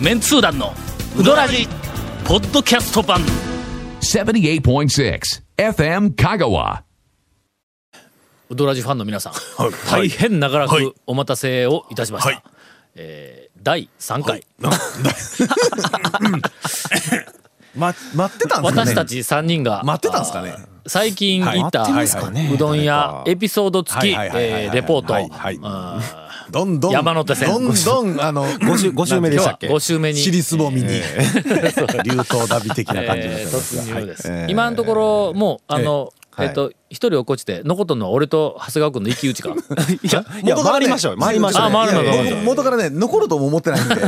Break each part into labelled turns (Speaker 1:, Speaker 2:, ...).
Speaker 1: メンツー団のウドラジポッドキャスト版
Speaker 2: 78.6 FM Kagawa.
Speaker 1: ウドラジファンの皆さん、大変長らくお待たせをいたしました、
Speaker 3: はい
Speaker 1: えー第3回、
Speaker 4: ま、待ってたんですかね
Speaker 1: 私たち3人が
Speaker 4: 待ってたんですかね
Speaker 1: あー最近行った、
Speaker 4: はい待ってますかね
Speaker 1: うどん屋エピソード付き
Speaker 4: はいはいはいはい
Speaker 1: えーレポート、
Speaker 4: はいはい
Speaker 1: あー
Speaker 4: どんどん
Speaker 1: 山手線
Speaker 4: どんどんあの
Speaker 3: 5週 ,5 週目でしたっけ
Speaker 1: 今日は5週目に
Speaker 4: 尻すぼみに、流頭ダビ的な感じになっ
Speaker 1: え
Speaker 4: て
Speaker 1: ー
Speaker 4: ますが、
Speaker 1: 突入です、
Speaker 3: はいえー
Speaker 1: 今のところもうあの、え
Speaker 3: えー
Speaker 1: っと一人落っこちて残っとんのは俺と長谷川君の一騎打ち か
Speaker 3: いや、いや
Speaker 4: 元からね
Speaker 3: 回りましょう、回りましょう。
Speaker 1: あ回るの
Speaker 3: いやいやいや
Speaker 1: 回る
Speaker 4: 僕元からね残るとも思ってないん でい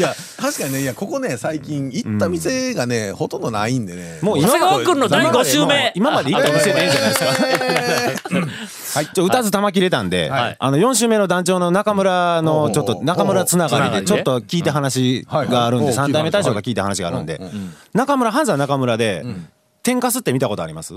Speaker 4: や確かにねいやここね最近行った店がね、ほとんどないんでね
Speaker 3: もう
Speaker 1: 長
Speaker 3: 今
Speaker 1: 谷川君の第5週目
Speaker 3: 今まで一回見せていいんじゃないですか。はい、ちょ、歌ず玉切れたんで、
Speaker 1: はい
Speaker 3: あの、4週目の団長の中村の、ちょっと、中村つながりで、
Speaker 1: つ
Speaker 3: ち
Speaker 1: ながりで
Speaker 3: ょっと聞いた話があるん
Speaker 4: はいはい
Speaker 3: で、三代目大将が聞いた話があるんで、中村、半沢中村で、天かすって見たことあります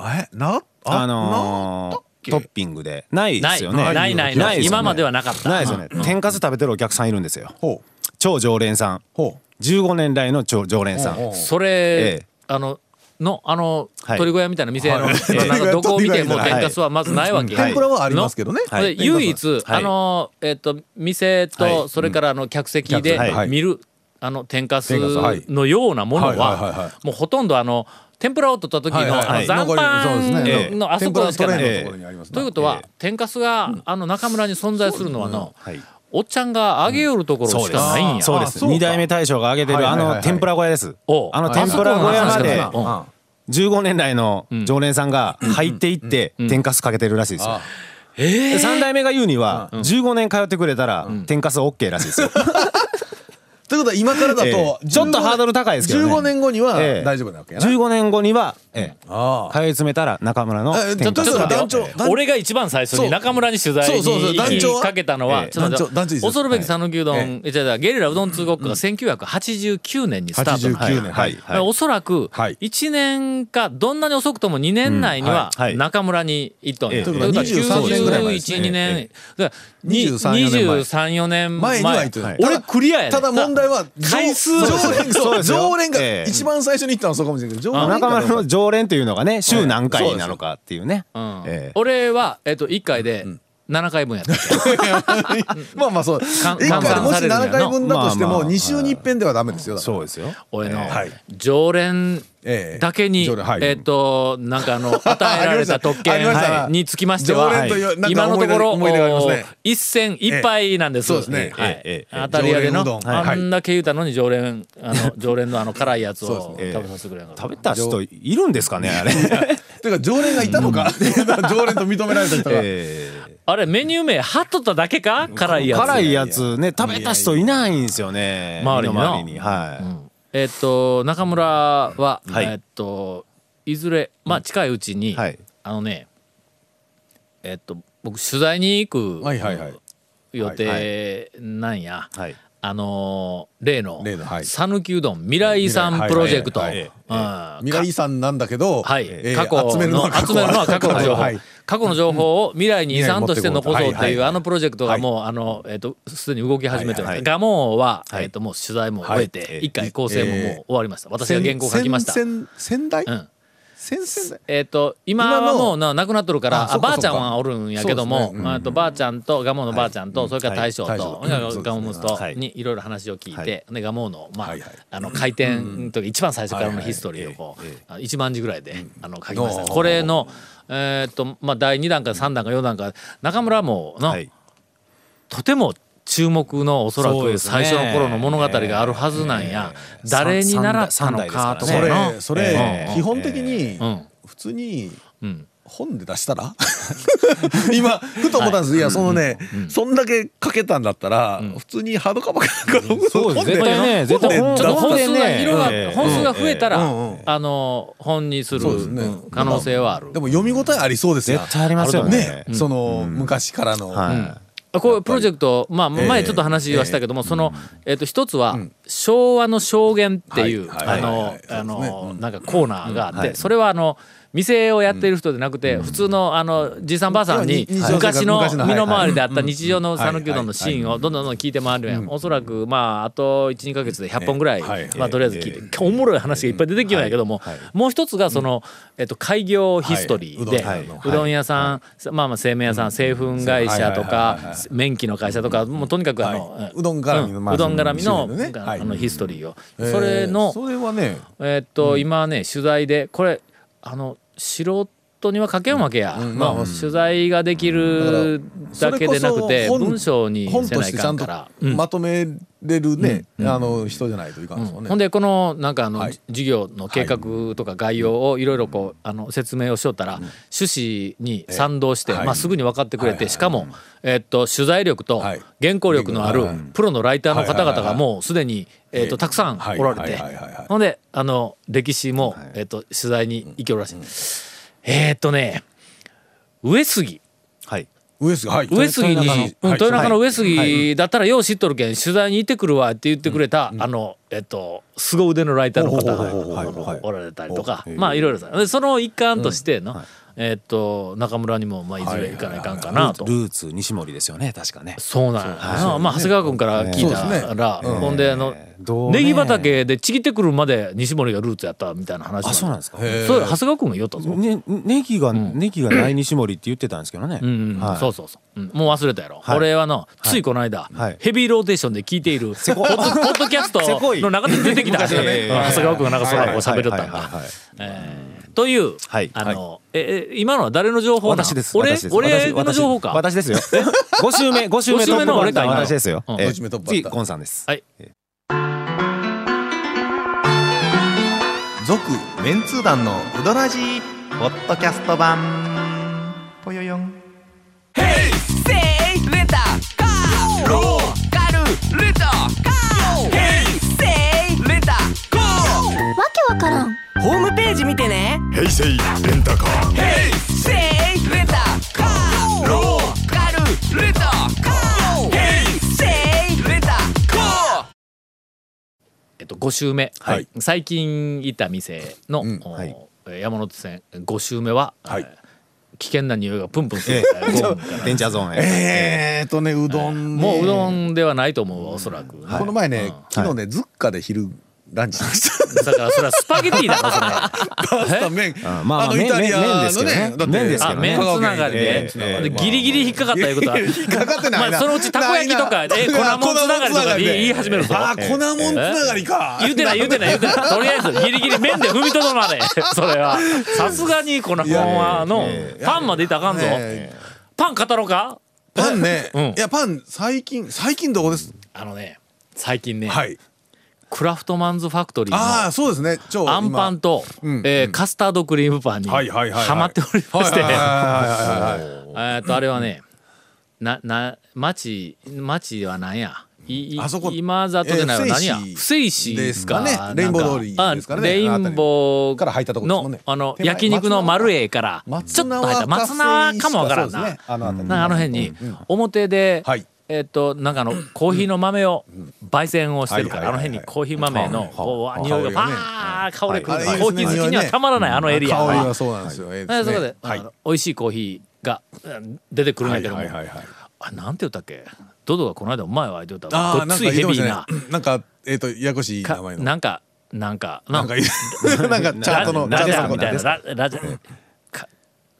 Speaker 4: えなあ
Speaker 3: あのー、トッピングで。ないで
Speaker 1: ない
Speaker 3: すよね。
Speaker 1: ないない
Speaker 3: な
Speaker 1: ないい
Speaker 3: すよね
Speaker 1: 今まではなかった
Speaker 3: ないですよね。天かす食べてるお客さんいるんですよ。
Speaker 4: ほう
Speaker 3: 超常連さん。
Speaker 4: ほう
Speaker 3: 15年来の超常連さん。
Speaker 1: それ、
Speaker 3: ええ
Speaker 1: あののあの、
Speaker 3: はい
Speaker 1: 鳥小屋みたいな店の、
Speaker 4: は
Speaker 1: え
Speaker 4: い
Speaker 1: ーなんかどこを見ても天かすはまずないわけ、
Speaker 3: はい
Speaker 4: 天ぷらはありますけどね、
Speaker 3: はい
Speaker 1: で唯一、
Speaker 3: はい
Speaker 1: あのえっ、と店と、
Speaker 3: はい
Speaker 1: それからあの客席で
Speaker 3: 客席はい
Speaker 1: 見る、あの天かす
Speaker 4: 天かすはい
Speaker 1: のようなもの
Speaker 4: はいはいはいは
Speaker 1: はもうほとんどあの天ぷらを取った時の,、
Speaker 4: はいはいはい
Speaker 1: あの残飯の,、
Speaker 4: 残りそう
Speaker 3: ですね
Speaker 1: のあそこしかない、
Speaker 3: 天ぷらのトレーの
Speaker 4: ところにありますな
Speaker 1: ということは、天かすがあの中村に存在するのはあの、
Speaker 3: はい
Speaker 1: おっちゃんが揚げよるところしかないんや、
Speaker 3: そうです。
Speaker 4: そうか
Speaker 3: 二代目大将が挙げて
Speaker 4: は
Speaker 3: る
Speaker 4: い
Speaker 3: あ
Speaker 4: はいはいはい
Speaker 3: の天ぷら小屋です。
Speaker 1: おう
Speaker 3: あの天ぷら小屋まで
Speaker 1: あそうなん
Speaker 3: 15年来の常連さんが入っていって天かすかけてるらしいですよ。で三代目が言うには15年通ってくれたら天かす OK らしいですよ。
Speaker 4: ということは今からだと、
Speaker 3: ええ
Speaker 4: 15
Speaker 3: ちょっとハードル高いですけどね
Speaker 4: 15年後には
Speaker 3: ええ
Speaker 4: 大丈夫なわけやな、
Speaker 3: 15年後にはええ
Speaker 4: あ
Speaker 3: 通い詰めたら中村の
Speaker 4: え
Speaker 3: 天か
Speaker 1: ちょ
Speaker 3: す
Speaker 1: っと
Speaker 3: が
Speaker 1: 待
Speaker 4: 団
Speaker 1: って
Speaker 4: 長
Speaker 1: よ
Speaker 4: 団
Speaker 1: 俺が一番最初
Speaker 4: そ
Speaker 1: に
Speaker 4: う
Speaker 1: 中村に取材に
Speaker 4: そうそうそう団長は
Speaker 1: かけたのは、
Speaker 3: ええ
Speaker 1: ちょっと待って
Speaker 4: 団長団長いいですよ
Speaker 1: 恐るべき讃岐うどん、えじゃあゲリラうどん通国家が1989年にスタートの
Speaker 4: 89年
Speaker 3: はい
Speaker 4: は
Speaker 3: はい
Speaker 1: おそらく
Speaker 4: はい
Speaker 1: 1年かどんなに遅くとも2年内には
Speaker 3: うんはいはい
Speaker 1: 中村に行っとんや、
Speaker 3: ええ
Speaker 1: ということは
Speaker 4: 23年ぐらい前ですね
Speaker 1: 91年だからに
Speaker 4: 23年前
Speaker 1: 23年前
Speaker 4: 前には行っとんや
Speaker 1: 俺クリアやで
Speaker 4: ただ問題は常
Speaker 1: 回数
Speaker 4: 常連
Speaker 3: そう
Speaker 4: そう
Speaker 3: ですよ
Speaker 4: 常連が
Speaker 3: ええ
Speaker 4: 一番最初に行ったのはそうかもしれないけど常連
Speaker 3: 中
Speaker 4: が
Speaker 3: 村の常連というのがね週何回なのかっていうね。
Speaker 1: うん
Speaker 3: ええ
Speaker 1: 俺は、えっと、1回で7回分やったっけ、
Speaker 4: まあまあそう一
Speaker 1: 換
Speaker 4: 回でもし
Speaker 1: 換算されるんやな
Speaker 4: 7回分だとして
Speaker 3: まあま
Speaker 4: も
Speaker 3: あ
Speaker 4: 2週に一遍ではダメですよだから
Speaker 3: そうですよ。
Speaker 1: 俺の、
Speaker 4: はい
Speaker 1: 常連
Speaker 4: ええ
Speaker 1: だけに、え
Speaker 4: 常連はい
Speaker 1: っとなんかあ の与えられた特
Speaker 4: あ
Speaker 1: 権
Speaker 4: りました
Speaker 1: はいにつきましては、
Speaker 4: 常連
Speaker 3: と
Speaker 4: いう
Speaker 1: はい今のところ
Speaker 4: なんか思い出思い出がありますね
Speaker 1: お一戦一敗なんです。
Speaker 4: ええそうですね
Speaker 1: はい
Speaker 3: ええええ
Speaker 1: 当たり屋での、
Speaker 4: 常連うどんはい
Speaker 1: あんだけ言うたのに常連あ の常連のあの辛いやつを食
Speaker 3: ええ
Speaker 1: べさせてくれなかった。
Speaker 3: 食べた人いるんですかねあれ。
Speaker 4: ていうか常連がいたのか 常連と認められた 人が
Speaker 3: ええ
Speaker 1: あれメニュー名貼っとっただけか辛いやつ。
Speaker 3: 辛いやつね食べた人いないんですよね
Speaker 1: 周りにな
Speaker 3: 身のにはい、
Speaker 1: えっと中村は、
Speaker 3: はい
Speaker 1: えっといずれまあ近いうちに、
Speaker 3: はい
Speaker 1: あのねえっと僕取材に行く
Speaker 4: はいはいはい
Speaker 1: 予定なんや、
Speaker 3: はい
Speaker 1: あのー例の
Speaker 4: 例のはい
Speaker 1: 讃岐、うどん未来さんプロジェクト、
Speaker 4: はいはいはい
Speaker 1: うん
Speaker 4: 未来遺産なんだけど、
Speaker 1: はい、
Speaker 4: ええ
Speaker 1: 過去の
Speaker 4: 集めるのは過去
Speaker 1: 集めるのは過去の情報、
Speaker 4: はい
Speaker 1: 過去の情報を未来に遺産として残そうっていう、
Speaker 4: 未来に持っていこうと
Speaker 1: あのプロジェクトが
Speaker 4: はい
Speaker 1: もう、あのえっ、とすでに動き始めてる、
Speaker 3: はいはい
Speaker 1: ガモは、
Speaker 3: はい
Speaker 1: えっ、ともう取材も終えて、
Speaker 3: はい
Speaker 1: 一回構成ももう終わりました。私が原稿書きました。
Speaker 4: せんせん先々
Speaker 1: う
Speaker 4: 代
Speaker 1: ん
Speaker 4: 先々代
Speaker 1: えっ、と今
Speaker 4: 今
Speaker 1: は
Speaker 4: の
Speaker 1: もうななくなっとるから
Speaker 4: あ
Speaker 1: あ
Speaker 4: そっか
Speaker 1: ばあ
Speaker 4: そっか
Speaker 1: ちゃんはおるんやけど
Speaker 4: そう
Speaker 1: も、
Speaker 4: です
Speaker 1: まああとばあちゃんとガモのばあちゃんと、それから大将と、
Speaker 4: はい大将うん
Speaker 1: ガモムスと
Speaker 3: はい
Speaker 1: にいろいろ話を聞い
Speaker 3: は
Speaker 1: て、でガモのまあ、
Speaker 4: はいはい
Speaker 1: あの開店の時一番最初からのヒストリーをこう、あの1万字ぐらいで、あの書きました。
Speaker 4: おー
Speaker 1: これのえっ、とまあ第2弾か3弾か4弾か中村もの、
Speaker 3: はい
Speaker 1: とても注目のおそら
Speaker 3: そう
Speaker 1: く
Speaker 3: ですね
Speaker 1: 最初の頃の物語があるはずなんや、誰に習ったのかと
Speaker 3: 三
Speaker 1: か
Speaker 4: そ
Speaker 3: 代ですから
Speaker 1: の
Speaker 4: れそれ
Speaker 3: ええ
Speaker 4: 基本的に
Speaker 1: ん
Speaker 4: 普通に
Speaker 1: うん
Speaker 4: 本で出したら 今ふと思ったんです、い、やそのね、そんだけかけたんだったら、普通にハードカバーかなんか
Speaker 3: そうで
Speaker 4: 本
Speaker 3: す
Speaker 4: で
Speaker 3: 絶対ね絶対
Speaker 4: 本
Speaker 1: ち
Speaker 4: で
Speaker 1: ょっと
Speaker 4: 出
Speaker 1: 本
Speaker 4: し
Speaker 1: 数が広が、
Speaker 3: ええ
Speaker 1: 本数が増えたら、
Speaker 4: うんうん
Speaker 1: あの本にする
Speaker 4: そうですね
Speaker 1: うん可能性はある。
Speaker 4: たでも読み応えありそうですよ
Speaker 3: 絶対ありますよね
Speaker 4: ね、その、昔からの、
Speaker 3: はい
Speaker 1: こういうプロジェクト、まあ、
Speaker 4: え
Speaker 1: 前ちょっと話はしたけども、その、えっと、一つは、昭和の証言っていう、
Speaker 4: はいは
Speaker 1: あ
Speaker 4: いはいは
Speaker 1: のあ
Speaker 4: い、そうですね
Speaker 1: の、なんかコーナーがあって、それはあの、店をやってる人じゃなくて普通のあのじいさんばあさんに
Speaker 4: 日常生
Speaker 1: 昔
Speaker 4: 活
Speaker 1: の
Speaker 4: 昔のはい
Speaker 1: 身の
Speaker 4: はい
Speaker 1: 回りであった日常の
Speaker 4: ん
Speaker 1: 讃岐うどんのシーンをどんどんどんどん聞いて回るやんおそらくまああと12ヶ月で100本ぐらい
Speaker 3: はい
Speaker 1: まあとりあえず聞いておもろい話がいっぱい出てきるんやけどももう一つがそのえっと開業ヒストリーで
Speaker 4: はいうどん屋の
Speaker 1: うどん屋さんまあまあ製麺屋さん製粉会社と
Speaker 4: はいはいはいは
Speaker 1: か
Speaker 4: い
Speaker 1: 麺機の会社とかもうとにかくあの
Speaker 4: うどん絡みの
Speaker 1: う
Speaker 4: まあ
Speaker 1: うどん絡みの
Speaker 4: その種類のねはい
Speaker 1: あのヒストリーをそれの
Speaker 4: それはね
Speaker 1: えーっと、今ね取材でこれあの素人には書けんわけや、
Speaker 4: うんまあ
Speaker 1: の取材ができるだけでなくて
Speaker 4: それこそ本
Speaker 1: 文章に
Speaker 4: 本
Speaker 1: せ
Speaker 4: と
Speaker 1: な
Speaker 4: し
Speaker 1: い
Speaker 4: てちゃ
Speaker 1: かん
Speaker 4: んと
Speaker 1: から。うん
Speaker 4: まとめれるね、あの人じゃないといかんですよね、
Speaker 1: ほんでこのなんかあの、
Speaker 4: はい
Speaker 1: じ授業の計画とか概要をいろいろこうあの説明をしよったら、趣旨に賛同して、
Speaker 4: はい
Speaker 1: まあ、すぐに分かってくれて、
Speaker 4: はいはいはい
Speaker 1: しかも、えっと取材力と
Speaker 4: はい
Speaker 1: 原稿力のある
Speaker 4: はい
Speaker 1: プロのライターの方々
Speaker 4: はいはいは
Speaker 1: が
Speaker 4: い
Speaker 1: もうすでに、えっとたくさんおられて、
Speaker 4: はいはいはいはいはい
Speaker 1: ほんであの歴史も、えっと取材に行けるらしい、えーっとね上杉
Speaker 3: はい
Speaker 4: 上杉はい
Speaker 1: 上杉にうん豊中の上
Speaker 4: 上
Speaker 1: 杉だったらよう知っとるけん取材に行ってくるわって言ってくれたあのえっと凄腕のライターの方
Speaker 4: ほうほうほ
Speaker 1: が
Speaker 4: うほ
Speaker 1: あ
Speaker 4: うはいはい
Speaker 1: のおられたりとか
Speaker 4: おへえ
Speaker 1: まあいろいろさでその一環としてのえっと中村にもまあいずれ行かないかんかなと
Speaker 3: ルーツ西森ですよね確かね
Speaker 1: そうなんやなまあ長谷川君から聞いたら
Speaker 4: そうですね
Speaker 1: ほんであの
Speaker 3: どうね
Speaker 1: ネギ畑でちぎってくるまで西森がルーツやったみたいな話
Speaker 3: あそうなんですか
Speaker 4: へえ
Speaker 1: そうや長谷川君が言おったぞ
Speaker 3: ねネギがネギがない西森って言ってたんですけどね
Speaker 1: うんうん
Speaker 3: はい
Speaker 1: そうそうそう、うん、もう忘れたやろ、
Speaker 3: はい
Speaker 1: 俺はのついこの間、
Speaker 3: はい
Speaker 1: ヘビーローテーションで聞いてい るポッド ポッドキャスト
Speaker 3: せこい
Speaker 1: の中で出てきた
Speaker 3: 昔のね
Speaker 1: えー長谷川君がなんかそらこう喋るったん
Speaker 3: はいはい
Speaker 1: だ
Speaker 3: はいはい
Speaker 1: えーという、
Speaker 3: はい
Speaker 1: あの、ええ今のは誰の情報なの
Speaker 3: 私です
Speaker 1: 俺
Speaker 3: 私です
Speaker 1: 俺
Speaker 3: 私
Speaker 1: の情報か
Speaker 3: 私ですよ5週目5週
Speaker 1: 五
Speaker 3: 目
Speaker 1: 周
Speaker 3: ト
Speaker 1: 目
Speaker 3: ップ
Speaker 1: の
Speaker 3: バ
Speaker 1: 俺
Speaker 3: ッタ
Speaker 1: か
Speaker 3: ー
Speaker 1: 今の
Speaker 3: 私ですよ
Speaker 1: うん
Speaker 3: ええ
Speaker 4: 五周目トップバッター
Speaker 3: 次ゴンさんです
Speaker 1: はい
Speaker 5: 続メンツー団のウドラジーポッドキャスト版ぽよよん
Speaker 6: せいレンタカーローカルレンタカーヘイセイレンタカーわけわからんホームページ見てねヘイセイレンタカーヘイセイレンタカーローカルレンタカーヘイセイレンタカー
Speaker 1: えっと、5週目、
Speaker 4: はい
Speaker 1: 最近行った店の、
Speaker 4: うん
Speaker 1: お
Speaker 3: はい
Speaker 1: 山手線5週目は、
Speaker 4: はい
Speaker 1: えー危険な匂いがプンプンする、 えーゴンから
Speaker 3: デンジャーゾーン へ
Speaker 4: えーっとねうどんね
Speaker 1: もううどんではないと思うわおそらく、
Speaker 4: この前ね、
Speaker 1: うん
Speaker 4: 昨日ねズッカで昼ランチしました
Speaker 1: だからそれはスパゲティだろそれ
Speaker 4: パ スタ麺
Speaker 3: あまあまあ
Speaker 4: のイタリア
Speaker 3: 麺麺
Speaker 4: の
Speaker 3: ですけどね
Speaker 4: だって
Speaker 3: 麺ですけ
Speaker 1: あ
Speaker 3: どね
Speaker 1: 麺つながりで
Speaker 3: ええええ
Speaker 1: でギリギリ引っかかったいうこと は
Speaker 4: 引っかかってない
Speaker 1: ま
Speaker 4: な
Speaker 1: あそのうちたこ焼きとか
Speaker 4: ないな
Speaker 1: え粉もんつながりとかで言い言い始めるぞ
Speaker 4: あー粉もんつながりか
Speaker 1: 言うてない言うてない言うてないとりあえずギリギリ麺で踏みとど まれそれはさすがにこの本はのパンまでいったらあかんぞ
Speaker 4: ね
Speaker 1: パン語ろうか
Speaker 4: パンね、
Speaker 1: うん
Speaker 4: いやパン最近最近どこです
Speaker 1: あのね最近ね
Speaker 4: はい
Speaker 1: クラフトマンズファクトリーの
Speaker 4: ああそうですね超今
Speaker 1: あんパンと、
Speaker 4: うん
Speaker 1: えーカスタードクリームパンに
Speaker 4: はいはいはいはい
Speaker 1: ハマっておりまして
Speaker 4: はいはいはいはいはい
Speaker 1: えーっとあれはねなな町町は何やいい
Speaker 4: あそこ
Speaker 1: 今里じゃないわ
Speaker 4: えー
Speaker 1: 何や
Speaker 4: 不
Speaker 1: 不
Speaker 4: 正
Speaker 1: 正
Speaker 4: 市
Speaker 1: 市
Speaker 4: ですかね
Speaker 1: なん
Speaker 4: レインボー通りですからね
Speaker 1: あレインボー
Speaker 4: から入ったとこですもんね
Speaker 1: のあの
Speaker 4: 手前
Speaker 1: 焼肉の丸栄からちょっと入った松縄かもわからんな,、
Speaker 4: そうですねあの辺
Speaker 1: な
Speaker 4: り
Speaker 1: んかあの辺に表で、
Speaker 4: はい
Speaker 1: えーっとなんかあのコーヒーの豆を焙煎をしてるから、
Speaker 4: はいはいはい
Speaker 1: あの辺にコーヒー豆のこう匂いがパー香りくる、
Speaker 4: はいはい
Speaker 1: コーヒー好きにはたまらないあのエリア
Speaker 4: 香
Speaker 1: は
Speaker 4: りはそうなんですよ、え
Speaker 1: で
Speaker 4: えです
Speaker 1: そ
Speaker 4: ね
Speaker 1: こで、
Speaker 4: はい
Speaker 1: あの美味しいコーヒーがうん出てくるん
Speaker 4: は
Speaker 1: だ
Speaker 4: い
Speaker 1: けども、
Speaker 4: はいはいはい
Speaker 1: あなんて言ったっけドドがこの間お前は言ってた
Speaker 4: あ
Speaker 1: わ
Speaker 4: あ
Speaker 1: ご
Speaker 4: な
Speaker 1: っ
Speaker 4: ん
Speaker 1: つ
Speaker 4: か
Speaker 1: い
Speaker 4: 言っ
Speaker 1: ヘビ
Speaker 4: てまし
Speaker 1: ー
Speaker 4: た
Speaker 1: な
Speaker 4: ねなんかえっ、とややこしい名
Speaker 1: か
Speaker 4: 前の
Speaker 1: なんかなんかな
Speaker 4: なんかい なんかチャートの
Speaker 1: ララ
Speaker 4: チ
Speaker 1: ジ
Speaker 4: ャ
Speaker 1: ャ
Speaker 4: ートの
Speaker 1: みたいな
Speaker 4: ですか
Speaker 1: ララジャか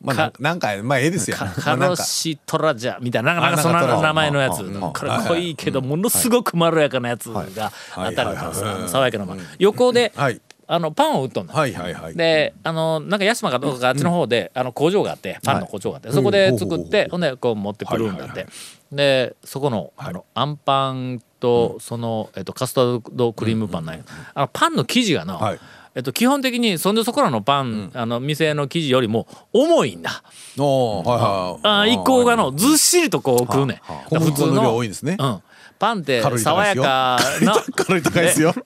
Speaker 4: まあなんかなんかまあええですよ
Speaker 1: か
Speaker 4: ま
Speaker 1: カ
Speaker 4: あなん
Speaker 1: ロ
Speaker 4: か
Speaker 1: シトラジャみたいななんか
Speaker 4: あ
Speaker 1: なんかそ
Speaker 4: なんかト
Speaker 1: の
Speaker 4: ラ
Speaker 1: 名前のやつ
Speaker 3: うん
Speaker 1: これ濃いけどものすごくまろやかなやつが当たる
Speaker 4: はいはいはいはい
Speaker 1: 爽やかなまま横で
Speaker 4: はい
Speaker 1: あのパンを売っとんだ
Speaker 4: はいはいはい
Speaker 1: であのなんか八島かどうかがあっちの方で、あの工場があってパンの工場があって、そこで作って、ほんでこう持ってくるんだって、
Speaker 4: はいはいは
Speaker 1: でそこの,、あのアンパンと、その、えっと、カスタードクリームパンなんや、あのパンの生地がな、
Speaker 4: はい
Speaker 1: えっと、基本的にそんでそこらのパン、あの店の生地よりも重いんだ
Speaker 4: おーはい
Speaker 1: あ
Speaker 4: はい
Speaker 1: ー一行がのずっしりとこう食うねん、だから
Speaker 4: 小麦粉の量多いんですね
Speaker 1: うん、パンって
Speaker 4: カロリー高
Speaker 1: 爽
Speaker 4: いで
Speaker 1: や
Speaker 4: すよ
Speaker 1: かな
Speaker 4: カロリー高いですよ。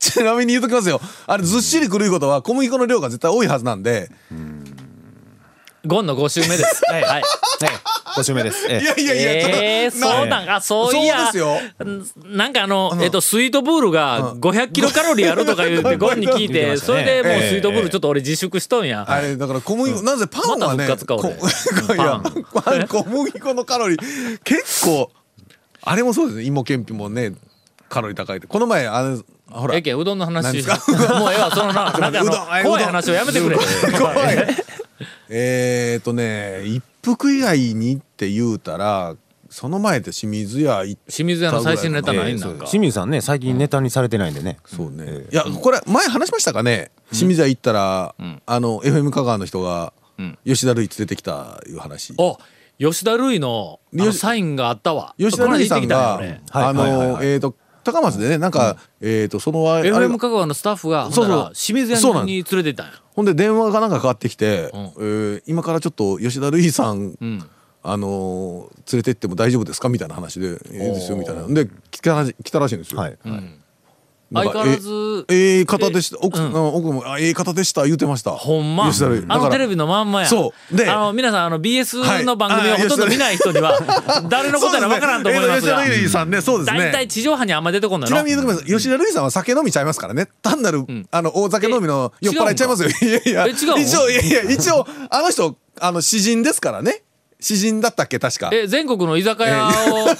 Speaker 4: ちなみに言うときますよ。あれずっしりくるいうことは小麦粉の量が絶対多いはずなんで、
Speaker 1: ゴンの5週目 です。
Speaker 3: ええ
Speaker 1: はい。
Speaker 3: ええご指名です。ええ
Speaker 4: いやいやいや、
Speaker 1: えー、
Speaker 4: ちょっと
Speaker 1: そうなんか、あそういや、
Speaker 4: そうです
Speaker 1: なんかあの、えっと、スイートブールが500キロカロリーあるとか言うて、ゴンに聞い
Speaker 3: 言って
Speaker 1: て、
Speaker 3: ました
Speaker 1: そ
Speaker 3: ね
Speaker 1: れでもう
Speaker 4: ええ
Speaker 1: スイートブールちょっと俺自粛しとんや。
Speaker 4: あれだから小麦粉、なぜパンはね、
Speaker 1: また復活か俺
Speaker 4: こ いやパン小麦粉のカロリー結構あれもそうですね芋けんぴもねカロリー高いってこの前あのほら
Speaker 1: ええけんうどんの話
Speaker 4: 何 です
Speaker 1: もうええわそのななんかあの
Speaker 4: うどんあうどん
Speaker 1: 怖い話をやめてくれ
Speaker 4: 怖いえーっとね一服以外にって言うたらその前で清水屋行っ
Speaker 1: 清水屋の最新ネタないんなんか、
Speaker 3: 清水さんね最近ネタにされてないんでね。
Speaker 4: そうね、いやこれ前話しましたかね、清水屋行ったら、あの FM 香川の人が、吉田類連れてきたいう 話
Speaker 1: お吉田類のあの
Speaker 4: よし
Speaker 1: サインがあったわ
Speaker 4: 吉田類さんが、
Speaker 1: この間行ってきた
Speaker 3: はい
Speaker 4: あの、
Speaker 3: はいはいはい
Speaker 4: えっ、と高松でねなんか、えっ、とそのあれ
Speaker 1: よね
Speaker 4: あれ
Speaker 1: FM 香川のスタッフがほん
Speaker 4: そうそう
Speaker 1: なら清水
Speaker 4: そう
Speaker 1: 屋
Speaker 4: なん
Speaker 1: に連れて行ったんや
Speaker 4: ほんで電話がなんかかかってきて、
Speaker 1: ん
Speaker 4: えー今からちょっと吉田類さん、あのー連れてっても大丈夫ですかみたいな話で「ええですよ」みたいなで来たらし来たらしいんですよ。
Speaker 3: はい。
Speaker 4: なん
Speaker 1: 相
Speaker 4: か
Speaker 1: 変わらず
Speaker 4: えええ方でした奥,、
Speaker 1: う
Speaker 4: うんん、奥もあええ方でした言うてました
Speaker 1: ほんま
Speaker 4: 吉田類
Speaker 1: あ
Speaker 4: だか
Speaker 1: の
Speaker 4: ら
Speaker 1: テレビのまんまや
Speaker 4: そうで
Speaker 1: あの皆さんあの BS の番組を
Speaker 4: はい
Speaker 1: ほとんど
Speaker 4: あー
Speaker 1: 見ない人に は誰のことやら分からんと思いますが
Speaker 4: そうですねえー吉田類さんねそうですね
Speaker 1: 大体地上波にあんま出てこんの
Speaker 4: ち
Speaker 1: よ
Speaker 4: なみに言うとください吉田類さんは酒飲みちゃいますからね単なる、あの大酒飲みの
Speaker 1: え
Speaker 4: 酔っ払いちゃいますよいやいや
Speaker 1: え違うの
Speaker 4: 一応いやいや一応あの人あの詩人ですからね詩人だったっけ確か
Speaker 1: え全国の居酒屋を、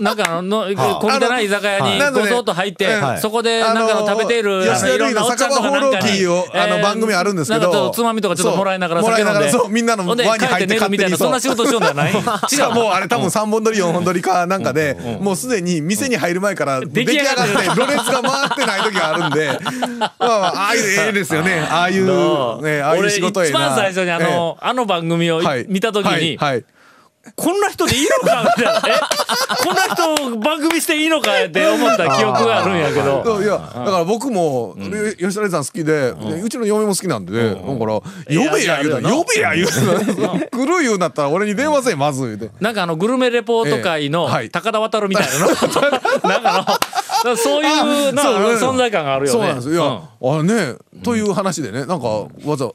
Speaker 1: なん かあの小汚い居酒屋に
Speaker 4: あの
Speaker 1: ごそっと入って、
Speaker 4: はい
Speaker 3: はい
Speaker 1: そこでなんかの食べている、
Speaker 4: あの吉田
Speaker 1: いろん
Speaker 4: 類
Speaker 1: な
Speaker 4: の
Speaker 1: おっちゃ
Speaker 4: 酒
Speaker 1: んと
Speaker 4: 場
Speaker 1: か
Speaker 4: 放
Speaker 1: なん
Speaker 4: 浪
Speaker 1: かに
Speaker 4: 記をあ
Speaker 1: え
Speaker 4: の
Speaker 1: ー
Speaker 4: 番組あるんですけ
Speaker 1: なんかちょっ
Speaker 4: ど
Speaker 1: とつまみとかちょっともらいながら酒飲んで
Speaker 4: もらいながらそうみんなの
Speaker 1: ほで
Speaker 4: 輪に入って
Speaker 1: 帰寝るみたいな
Speaker 4: 勝手にそう
Speaker 1: そんな仕事しようんじゃない違う
Speaker 4: しかもあれ多分3本撮り4本撮りかなんかでもうすでに店に入る前から出来上がってろれつが回ってない時があるんで まあまあああいうええですよねああいう ねああいう仕事
Speaker 1: 俺
Speaker 4: ええ
Speaker 1: 一
Speaker 4: な
Speaker 1: 番最初にあ
Speaker 4: ええ
Speaker 1: の,、あの番組を
Speaker 4: はい
Speaker 1: 見た時に、
Speaker 4: はいはい
Speaker 1: こんな人でいいのかみたいなえこんな人番組していいのかって思った記憶があるんやけど
Speaker 4: そういやだから僕も、吉田類さん好きで、ううちの嫁も好きなんでね、だから「
Speaker 1: いや
Speaker 4: 呼べや」言うたら「
Speaker 1: いや
Speaker 4: 呼べや」言うたら「来る」言うなったら俺に電話せまず言うて。
Speaker 1: なんかあのグルメレポート会の
Speaker 4: ええはい
Speaker 1: 高田渡るみたいなの、 なんかあのだからそういうな
Speaker 4: そううん
Speaker 1: 存在感があるよね。
Speaker 4: そうなんですよ。いや、あれね、という話でね、なんかわざ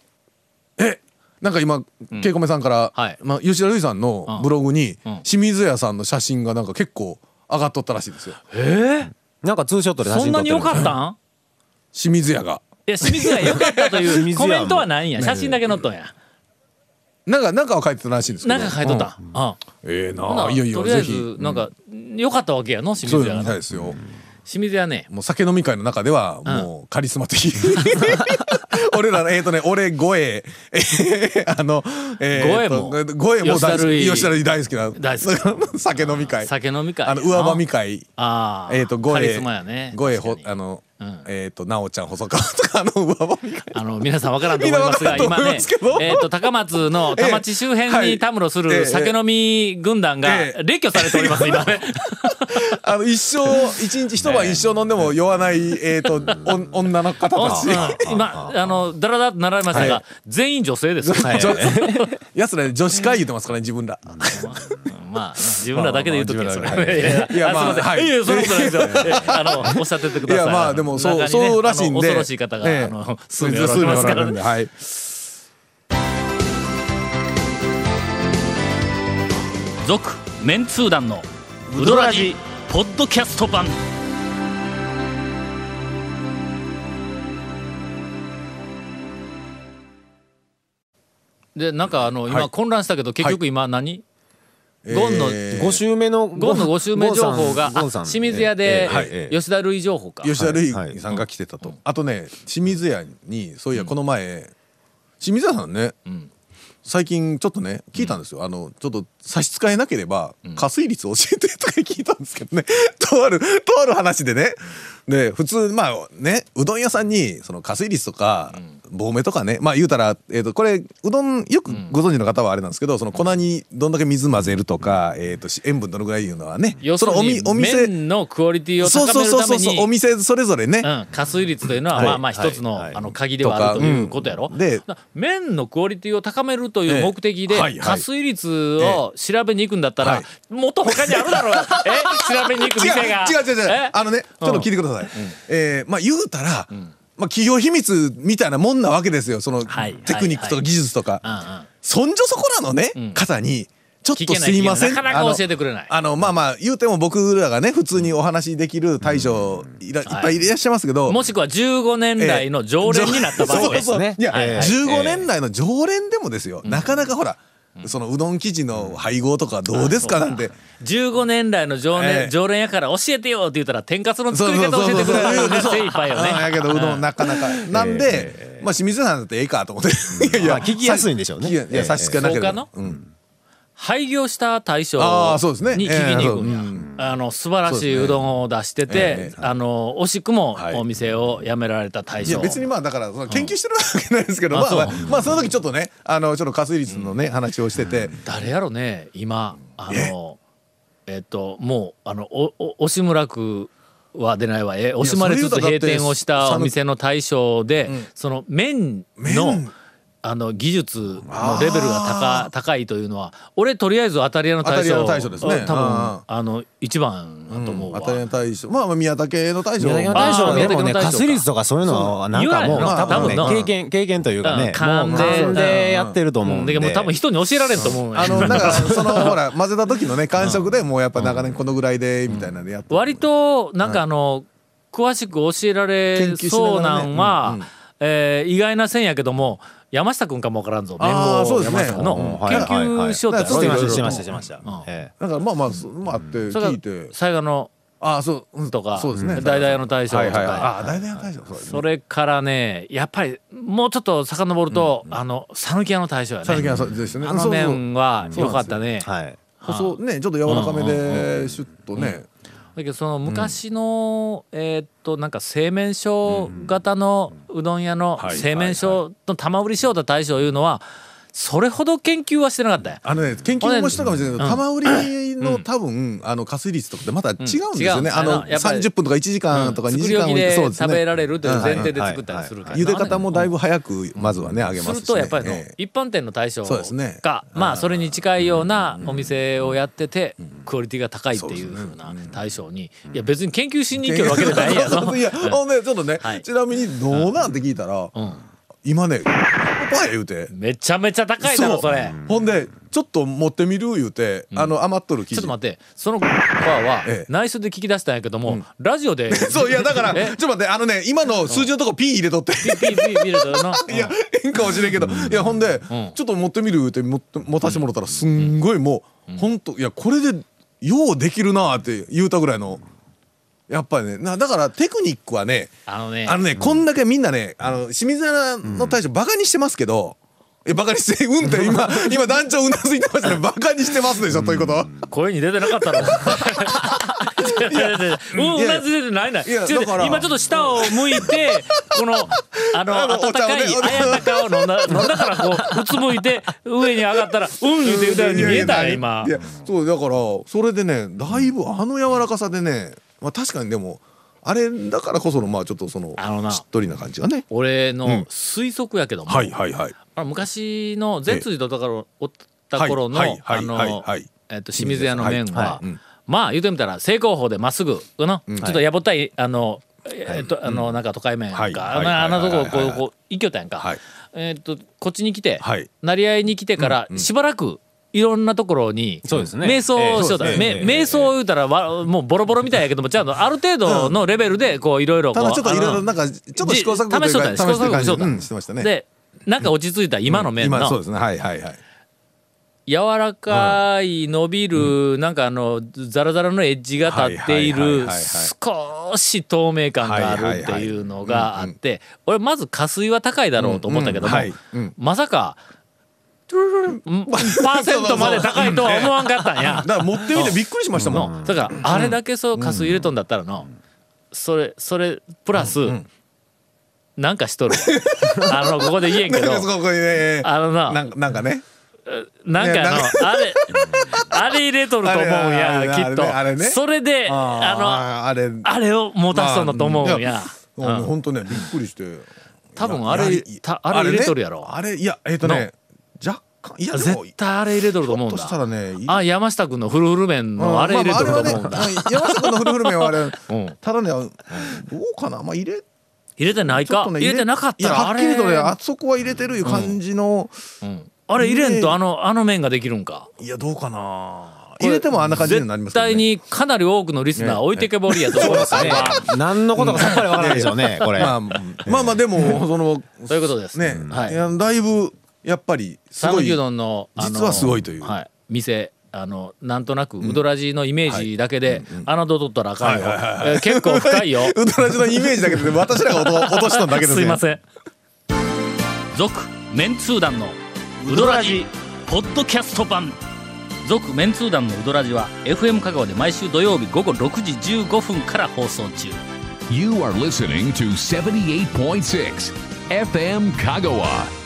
Speaker 4: え、なんか今ケイコメさんから、
Speaker 1: はい
Speaker 4: まあ吉田類さんのブログに
Speaker 1: ん
Speaker 4: 清水屋さんの写真がなんか結構上がっとったらしいですよ。
Speaker 3: なんかツーショットで
Speaker 1: うん
Speaker 3: 写
Speaker 1: そん
Speaker 3: 真撮
Speaker 1: な
Speaker 3: っ
Speaker 1: に
Speaker 3: てる
Speaker 1: 良かったん
Speaker 4: 清水屋が。
Speaker 1: いや清水が良かったと
Speaker 3: 清
Speaker 1: い
Speaker 3: 水
Speaker 1: う
Speaker 3: 屋
Speaker 1: コメントはないん や写真だけ載っとんや
Speaker 4: なんかなんかは書いてたらしいんですけど。
Speaker 1: なんか書いとった、
Speaker 4: うん
Speaker 1: うんほ
Speaker 4: ええ
Speaker 1: な
Speaker 4: な
Speaker 1: ら
Speaker 4: あ。いやい
Speaker 1: と
Speaker 4: や
Speaker 1: りあえ
Speaker 4: ぜ
Speaker 1: ず
Speaker 4: ひ。
Speaker 1: なんか良かったわけやの清
Speaker 4: そう
Speaker 1: 水
Speaker 4: いう
Speaker 1: 屋
Speaker 4: みたい
Speaker 1: の
Speaker 4: ですよ。
Speaker 1: 清水屋ね
Speaker 4: もう酒飲み会の中ではもうカリスマ的。 俺らえっとね俺ゴエえー あのえーと
Speaker 1: ゴエ
Speaker 4: ゴエも大
Speaker 1: 吉田
Speaker 4: 好
Speaker 1: 類
Speaker 4: き吉田類大好きな
Speaker 1: 大好
Speaker 4: 酒飲み会。
Speaker 1: 酒飲み会
Speaker 4: あの上場み会
Speaker 1: ああ
Speaker 4: えっ、とゴ
Speaker 1: カリ
Speaker 4: エ
Speaker 1: スマやね
Speaker 4: ゴエ
Speaker 1: 確
Speaker 4: ほ
Speaker 1: かに
Speaker 4: あの、
Speaker 1: うん
Speaker 4: えっ、となおちゃん細川とかあの上場み会
Speaker 1: あの皆さんわからんと思いますが
Speaker 4: みんな
Speaker 1: 今
Speaker 4: わからんと思
Speaker 1: ね
Speaker 4: いますけど
Speaker 1: えっと高松の田町周辺
Speaker 4: え
Speaker 1: に
Speaker 4: え
Speaker 1: たむろす
Speaker 4: はいえ
Speaker 1: る
Speaker 4: え
Speaker 1: 酒飲み軍団が
Speaker 4: ええ
Speaker 1: 列挙されております今ね
Speaker 4: あの一生一日一晩一生飲んでも酔わない えっ、とおん女の方
Speaker 1: お うん
Speaker 4: たち。
Speaker 1: 今あのだらだらと並びました
Speaker 4: は
Speaker 1: が全員女性ですから
Speaker 4: 女やつら女子会言ってますからね自分ら。
Speaker 1: まあ、自分らだけで言うときはそれ。
Speaker 4: まあまあ自分らだけ
Speaker 1: い
Speaker 4: い
Speaker 1: や、あす
Speaker 4: や
Speaker 1: い
Speaker 4: まあ
Speaker 1: ません。、
Speaker 4: はいい
Speaker 1: やいや、そんなことないです よ。あの、おっしゃってってく
Speaker 4: い
Speaker 1: ださい。
Speaker 4: やまあでもそう、
Speaker 1: 中にね
Speaker 4: そうらしい
Speaker 1: あの
Speaker 4: んで
Speaker 1: 恐ろしい方が、
Speaker 4: ええ
Speaker 1: あの、数名おられますから
Speaker 4: 数名おられるんで
Speaker 1: ね。
Speaker 4: はい
Speaker 1: 続、メンツー団の、ウドラジ、ポッドキャスト版。で、なんかあの、
Speaker 4: は
Speaker 1: 今
Speaker 4: い
Speaker 1: 混乱したけど、結局今何、ゴンの
Speaker 4: えー
Speaker 3: 五週目の
Speaker 1: ゴンの5周目情報が、
Speaker 3: ゴンさん
Speaker 1: あ清水屋で
Speaker 4: ええはい
Speaker 3: え、え
Speaker 1: 吉田類情報か。
Speaker 4: 吉田類
Speaker 3: はいはい
Speaker 4: さんが来てたと、あとね清水屋にそういやこの前、清水屋さんね、最近ちょっとね聞いたんですよ、あのちょっと差し支えなければ加水率教えてとか聞いたんですけどね とあるとある話でねで普通まあねうどん屋さんにその加水率とか、棒目とかねまあ言うたら、えー、とこれうどんよくご存知の方はあれなんですけど、その粉にどんだけ水混ぜるとか、えー、とし塩分どのぐらいいうのはね
Speaker 1: 要する
Speaker 4: そのお
Speaker 1: に
Speaker 4: みお店
Speaker 1: 麺のクオリティを
Speaker 4: そう
Speaker 1: 高
Speaker 4: そう
Speaker 1: める
Speaker 4: そう
Speaker 1: た
Speaker 4: そ
Speaker 1: め
Speaker 4: うそう
Speaker 1: に
Speaker 4: お店それぞれね、
Speaker 1: うん、加水率というのは、
Speaker 4: はい
Speaker 1: まあまあ一つの,、
Speaker 3: はい
Speaker 1: あの鍵ではあるということやろ
Speaker 4: と。かうんで
Speaker 1: だから麺のクオリティを高めるという目的
Speaker 4: え
Speaker 1: で、
Speaker 4: えはいはい
Speaker 1: 加水率を調べに行くんだったら、
Speaker 4: はい
Speaker 1: もっと他にあるだろうえ調べに行く
Speaker 4: 違う
Speaker 1: 店が。
Speaker 4: 違う違う違う
Speaker 1: え
Speaker 4: あのねちょっと聞いてください、えーまあ言うたら、まあ企業秘密みたいなもんなわけですよその
Speaker 1: はい
Speaker 4: テクニックと
Speaker 1: はいはい
Speaker 4: か技術とか、
Speaker 1: うんうん
Speaker 4: そんじょそこらのね、
Speaker 1: ん
Speaker 4: 方にちょっ
Speaker 1: 聞
Speaker 4: と
Speaker 1: けない
Speaker 4: すいません
Speaker 1: 聞けないなかなか教えてくれない
Speaker 4: あのあのまあまあ言うても僕らがね普通にお話しできる大将いらいっぱいいらっしゃいますけど、
Speaker 1: もしくは15年来の常連になった場合
Speaker 4: そう
Speaker 1: です
Speaker 4: そう
Speaker 3: ね
Speaker 4: いや、
Speaker 3: はいはい
Speaker 4: 15年来の常連でもですよ、なかなかほら、そのうどん生地の配合とかどうですかなんて、
Speaker 1: 15年来の常連,、
Speaker 4: ええ
Speaker 1: 常連やから教えてよって言ったら天かすの
Speaker 4: そ
Speaker 1: 作
Speaker 4: う
Speaker 1: り
Speaker 4: そう
Speaker 1: 方
Speaker 4: そう
Speaker 1: 教え
Speaker 4: そ
Speaker 1: て
Speaker 4: う
Speaker 1: くれるの
Speaker 4: そう
Speaker 1: 精一杯よね
Speaker 4: うんやけどうどんなかな かなんで、まあ清水さんだってええかと思っていやい
Speaker 3: まあ聞きやすいんでしょうね
Speaker 4: いやいや
Speaker 3: ええ
Speaker 4: 差し支えなけれ
Speaker 1: そうか
Speaker 4: ば、
Speaker 1: の
Speaker 4: うん
Speaker 1: 廃業した大将に
Speaker 4: あーそうですね
Speaker 1: 聞きに行くんや、
Speaker 4: ええそう
Speaker 1: あの素晴らしいうどんを出してて、
Speaker 4: そうですねええ
Speaker 1: あの惜しくも
Speaker 4: はい
Speaker 1: お店を辞められた大
Speaker 4: い
Speaker 1: 将、
Speaker 4: や別にまあだからその研究してるわけないですけど、
Speaker 1: あ
Speaker 4: まあまあ
Speaker 1: そう
Speaker 4: まあその時ちょっとねあのちょっと加水率のね、話をしてて、
Speaker 1: 誰やろね今あのえっともうあのおお惜しむらくは出ないわえ惜しまれつ
Speaker 4: そ
Speaker 1: つ閉
Speaker 4: れ言うたらだって
Speaker 1: 店をした
Speaker 4: さ
Speaker 1: お店の大将で、
Speaker 4: ん
Speaker 1: その麺の
Speaker 4: 麺
Speaker 1: あの技術のレベルが高高いというのは俺とりあえず当たり屋の大
Speaker 4: 当たり
Speaker 1: 将
Speaker 4: 屋の大将ですね
Speaker 1: 多分
Speaker 4: うん
Speaker 1: あの一番だと思うわ、
Speaker 4: 当たりの大将まあまあ宮武の大将
Speaker 3: 宮崎の
Speaker 1: あ
Speaker 3: 大将は
Speaker 1: ー
Speaker 3: でも
Speaker 1: 宮崎の
Speaker 3: ね
Speaker 1: 大将か
Speaker 3: かすり率とかそういうのはなんかもう
Speaker 1: 言わない
Speaker 3: 多分ね
Speaker 1: 多分な
Speaker 3: 経験経験というかねも
Speaker 1: うん
Speaker 3: う
Speaker 1: 勘で
Speaker 3: 勘でやってると思
Speaker 1: う
Speaker 3: うんん
Speaker 1: だけ
Speaker 3: で
Speaker 1: どもう多分人に教えられんと思うよ
Speaker 4: あのだ からそのほら混ぜた時のね感触でもうやっぱ長年このぐらいでみたいなんでやって
Speaker 1: 割となんかあの、詳しく教えられそうなんは、
Speaker 4: 研究しながらねうんうん
Speaker 1: えー意外な線やけども山下君かもわからんぞ綿
Speaker 4: あーそう
Speaker 1: 棒
Speaker 4: ですね
Speaker 1: 山下の、
Speaker 4: うん
Speaker 3: はい
Speaker 1: 研
Speaker 3: はいはい
Speaker 1: 究しようとや
Speaker 4: だ
Speaker 1: ろ
Speaker 4: か
Speaker 3: してま
Speaker 4: らちょっと
Speaker 3: したして
Speaker 4: いろいろ
Speaker 3: ま
Speaker 4: と
Speaker 3: したしてました
Speaker 1: ん
Speaker 3: ええ
Speaker 4: だからまあまあそまああって
Speaker 1: それ
Speaker 4: 聞い
Speaker 1: から
Speaker 4: て
Speaker 1: 最後の
Speaker 4: ああそううん
Speaker 1: とか
Speaker 4: そうですね
Speaker 1: 大々の大将とか
Speaker 4: はいはいはいああ大々の大将そうですね
Speaker 1: それからねやっぱりもうちょっと遡ると、あの讃岐屋の大将やね
Speaker 4: 佐々木はそうですね
Speaker 1: あの麺は
Speaker 4: そうそう
Speaker 1: 良かったね
Speaker 3: はい
Speaker 4: そうそう細ねちょっと柔らかめでシュッとね
Speaker 1: だけどその昔の、えーっとなんか製麺所型のうどん屋の
Speaker 4: はい
Speaker 1: 製麺所の玉売りしようた大将いうのはそれほど研究はしてなかったよ。
Speaker 4: あのね研究もしたかもしれないけど
Speaker 1: うん
Speaker 4: 玉売りの多分あの加水率とかってまた違うんです
Speaker 1: う
Speaker 4: よね
Speaker 1: ん違う
Speaker 4: あ
Speaker 1: あ
Speaker 4: の
Speaker 1: のやっぱり
Speaker 4: 30分とか1時間とか2
Speaker 1: 作
Speaker 4: 時
Speaker 1: り
Speaker 4: 間
Speaker 1: 置き
Speaker 4: 置いて
Speaker 1: で
Speaker 4: そうです
Speaker 1: 食べ
Speaker 4: ね
Speaker 1: られるという前提で作ったりするから、
Speaker 4: 茹で方もだいぶ早くまずはね揚げますす
Speaker 1: る
Speaker 4: しね
Speaker 1: とやっぱりの
Speaker 4: ええ
Speaker 1: 一般店の大将
Speaker 4: そうですね
Speaker 1: がまあそれに近いようなお店をやっててクオリティが高いっていうふうな大将にいや別に研究しに行けるわけじゃない やろ。
Speaker 4: いや、あのね、ちょっとね、
Speaker 1: はい
Speaker 4: ちなみに、どうなんて聞いたら、
Speaker 1: うん
Speaker 4: 今ね、パイ言うて。
Speaker 1: めちゃめちゃ高いだろ
Speaker 4: う
Speaker 1: それ。
Speaker 4: ほんで、ちょっと持ってみる言うて、あの余っとる生
Speaker 1: ちょっ
Speaker 4: 地。
Speaker 1: と待って、そのパーは
Speaker 4: ええ
Speaker 1: 内緒で聞き出したんやけども、ラジオで。
Speaker 4: そう、いや、だから、ち
Speaker 1: え
Speaker 4: ょっと待って、あのね、今の数字のとこピー入れとって。
Speaker 1: ピッピッピッピッとな。
Speaker 4: いや、ええんかもしれんけど、いや、ほんで、
Speaker 1: ん
Speaker 4: ちょっと持ってみる言うて、持って、持たしてもらったら、すんごいもう、ほんと、いや、これで、ようできるなあって言うたぐらいの。やっぱりね、な、だから、テクニックはね、
Speaker 1: あのね、
Speaker 4: あのね、こんだけみんなね、あの清水屋の大将バカにしてますけど。え、バカにして、うんって、今、今団長うなずいてましたね、バカにしてますでしょ、ということ。
Speaker 1: 声に出てなかったろ。 違う違う違ううん、うなずいてないない
Speaker 4: いや
Speaker 1: 違う
Speaker 4: だから
Speaker 1: 今ちょっと舌を向い てこのあの
Speaker 4: あの
Speaker 1: 温かい
Speaker 4: お茶をね
Speaker 1: あやたかを飲んだ飲んだからこううつむいて上に上がったらうん言うて言うたように見えたよ今
Speaker 4: いや、そう、だから、それでね、だいぶあの柔らかさでね、まあ、確かにでも。あれだからこその、まあ、ちょっとその
Speaker 1: あのな、
Speaker 4: しっとりな感じがね。
Speaker 1: 俺の推測やけども、
Speaker 4: はい、はい、はい。
Speaker 1: あ昔の善通寺とかのおった頃の、
Speaker 4: はいはい
Speaker 1: あの、
Speaker 4: はいはい
Speaker 1: えっと清水屋の麺は、
Speaker 4: はいはいうん
Speaker 1: まあ言うてみたら正攻法でまっすぐこの、ちょっとやぼったいあの、えっとあの、なんか都会麺とか、
Speaker 4: はい
Speaker 1: あのあんなとここ
Speaker 4: はいうはい
Speaker 1: こう行きよったやんか、
Speaker 4: はい
Speaker 1: えっとこっちに来て、
Speaker 4: はい
Speaker 1: 成り合いに来てから、しばらくいろんなところに
Speaker 3: そうですね
Speaker 1: 瞑想をしよった、
Speaker 3: ええそうですね
Speaker 1: め瞑想を言うたらわもうボロボロみたいやけどもちゃんとある程度のレベルでこういろいろ
Speaker 4: た
Speaker 1: こ
Speaker 4: だ
Speaker 1: う
Speaker 4: ちょっといろい
Speaker 1: あ
Speaker 4: ろ
Speaker 1: の
Speaker 4: なんかちょっと試行錯誤というか
Speaker 1: 試しとった
Speaker 4: 試してる感
Speaker 1: 試しと
Speaker 4: じ
Speaker 1: った
Speaker 4: うんしてましたね。
Speaker 1: でなんか落ち着いた今の麺の、
Speaker 4: 今そうですねはいはいはい。
Speaker 1: 柔らかい伸びる、なんかあのザラザラのエッジが立ってい
Speaker 4: はいはいはい
Speaker 1: る
Speaker 4: はい
Speaker 1: 少し透明感があるっていうのがあって俺まず加水は高いだろうと思ったけども、
Speaker 4: うんはいうん
Speaker 1: まさ かんパーセントまで高いとは思わんかったんや
Speaker 4: だ。から持ってみてびっくりしました もん。
Speaker 1: のだからあれだけそう加水入れとんだったらの、それそれプラス、なんかしとる あのここで言えん
Speaker 4: な
Speaker 1: け
Speaker 4: んか
Speaker 1: ど
Speaker 4: そこにね
Speaker 1: あのな
Speaker 4: なんかなんかね。
Speaker 1: なんかあの、
Speaker 4: ね
Speaker 1: あれ、あれ入れとると思うん
Speaker 4: あれ
Speaker 1: や、
Speaker 4: あれ
Speaker 1: きっと
Speaker 4: あれね。
Speaker 1: それで、あ
Speaker 4: あーあれ
Speaker 1: の、あれを持たせたんだと思うんや。
Speaker 4: まあうん本当ねびっくりして
Speaker 1: 多分
Speaker 4: いや
Speaker 1: あれ
Speaker 4: やり
Speaker 1: たあれ入れとるやろ
Speaker 4: あれねあれいやえっとね若干いやでも
Speaker 1: 絶対あれ入れとると思うん
Speaker 4: ひょっとしたら
Speaker 1: だ。
Speaker 4: ねい
Speaker 1: あ、山下君のフルフル麺
Speaker 4: うん
Speaker 1: のあれ入れとると思うん
Speaker 4: ま
Speaker 1: だ
Speaker 4: あ。まああれはね山下君のフルフル麺はあ
Speaker 1: ん
Speaker 4: れただねどうかなまあ入れ
Speaker 1: 入れてない
Speaker 4: ちょ
Speaker 1: か
Speaker 4: っとね
Speaker 1: 入れてなかっ
Speaker 4: い
Speaker 1: た
Speaker 4: や
Speaker 1: ら
Speaker 4: は
Speaker 1: あ
Speaker 4: っきりとね
Speaker 1: れ。
Speaker 4: あそこは入れてるいう感じの
Speaker 1: うんあれ入れんとあのあの麺ができるんか
Speaker 4: いやどうかな入れてもあんな感じになりま
Speaker 1: 絶
Speaker 4: す
Speaker 1: 対にかなり多くのリスナー置いてけぼりやと思いますね
Speaker 3: 何のことかさっぱりわからないで しょうねこれ
Speaker 4: まあまあまあでもその
Speaker 1: そういうことです
Speaker 4: ね
Speaker 1: はい
Speaker 4: いやだいぶやっぱりす
Speaker 1: 讃
Speaker 4: ごい
Speaker 1: 岐うどんのあの
Speaker 4: 実はすごいという
Speaker 1: はい、店あのなんとなくうどらじのイメージだけで侮ったらあかんよ、えー結構深 いよ
Speaker 4: うどらじのイメージだけで私らが落と落としたんだけです
Speaker 1: す
Speaker 4: ね
Speaker 1: いません続メンツー団のウドラジポッドキャスト版続メンツー団のウドラジは FM 香川で毎週土曜日午後6時15分から放送中
Speaker 2: You are listening to 78.6 FM Kagawa.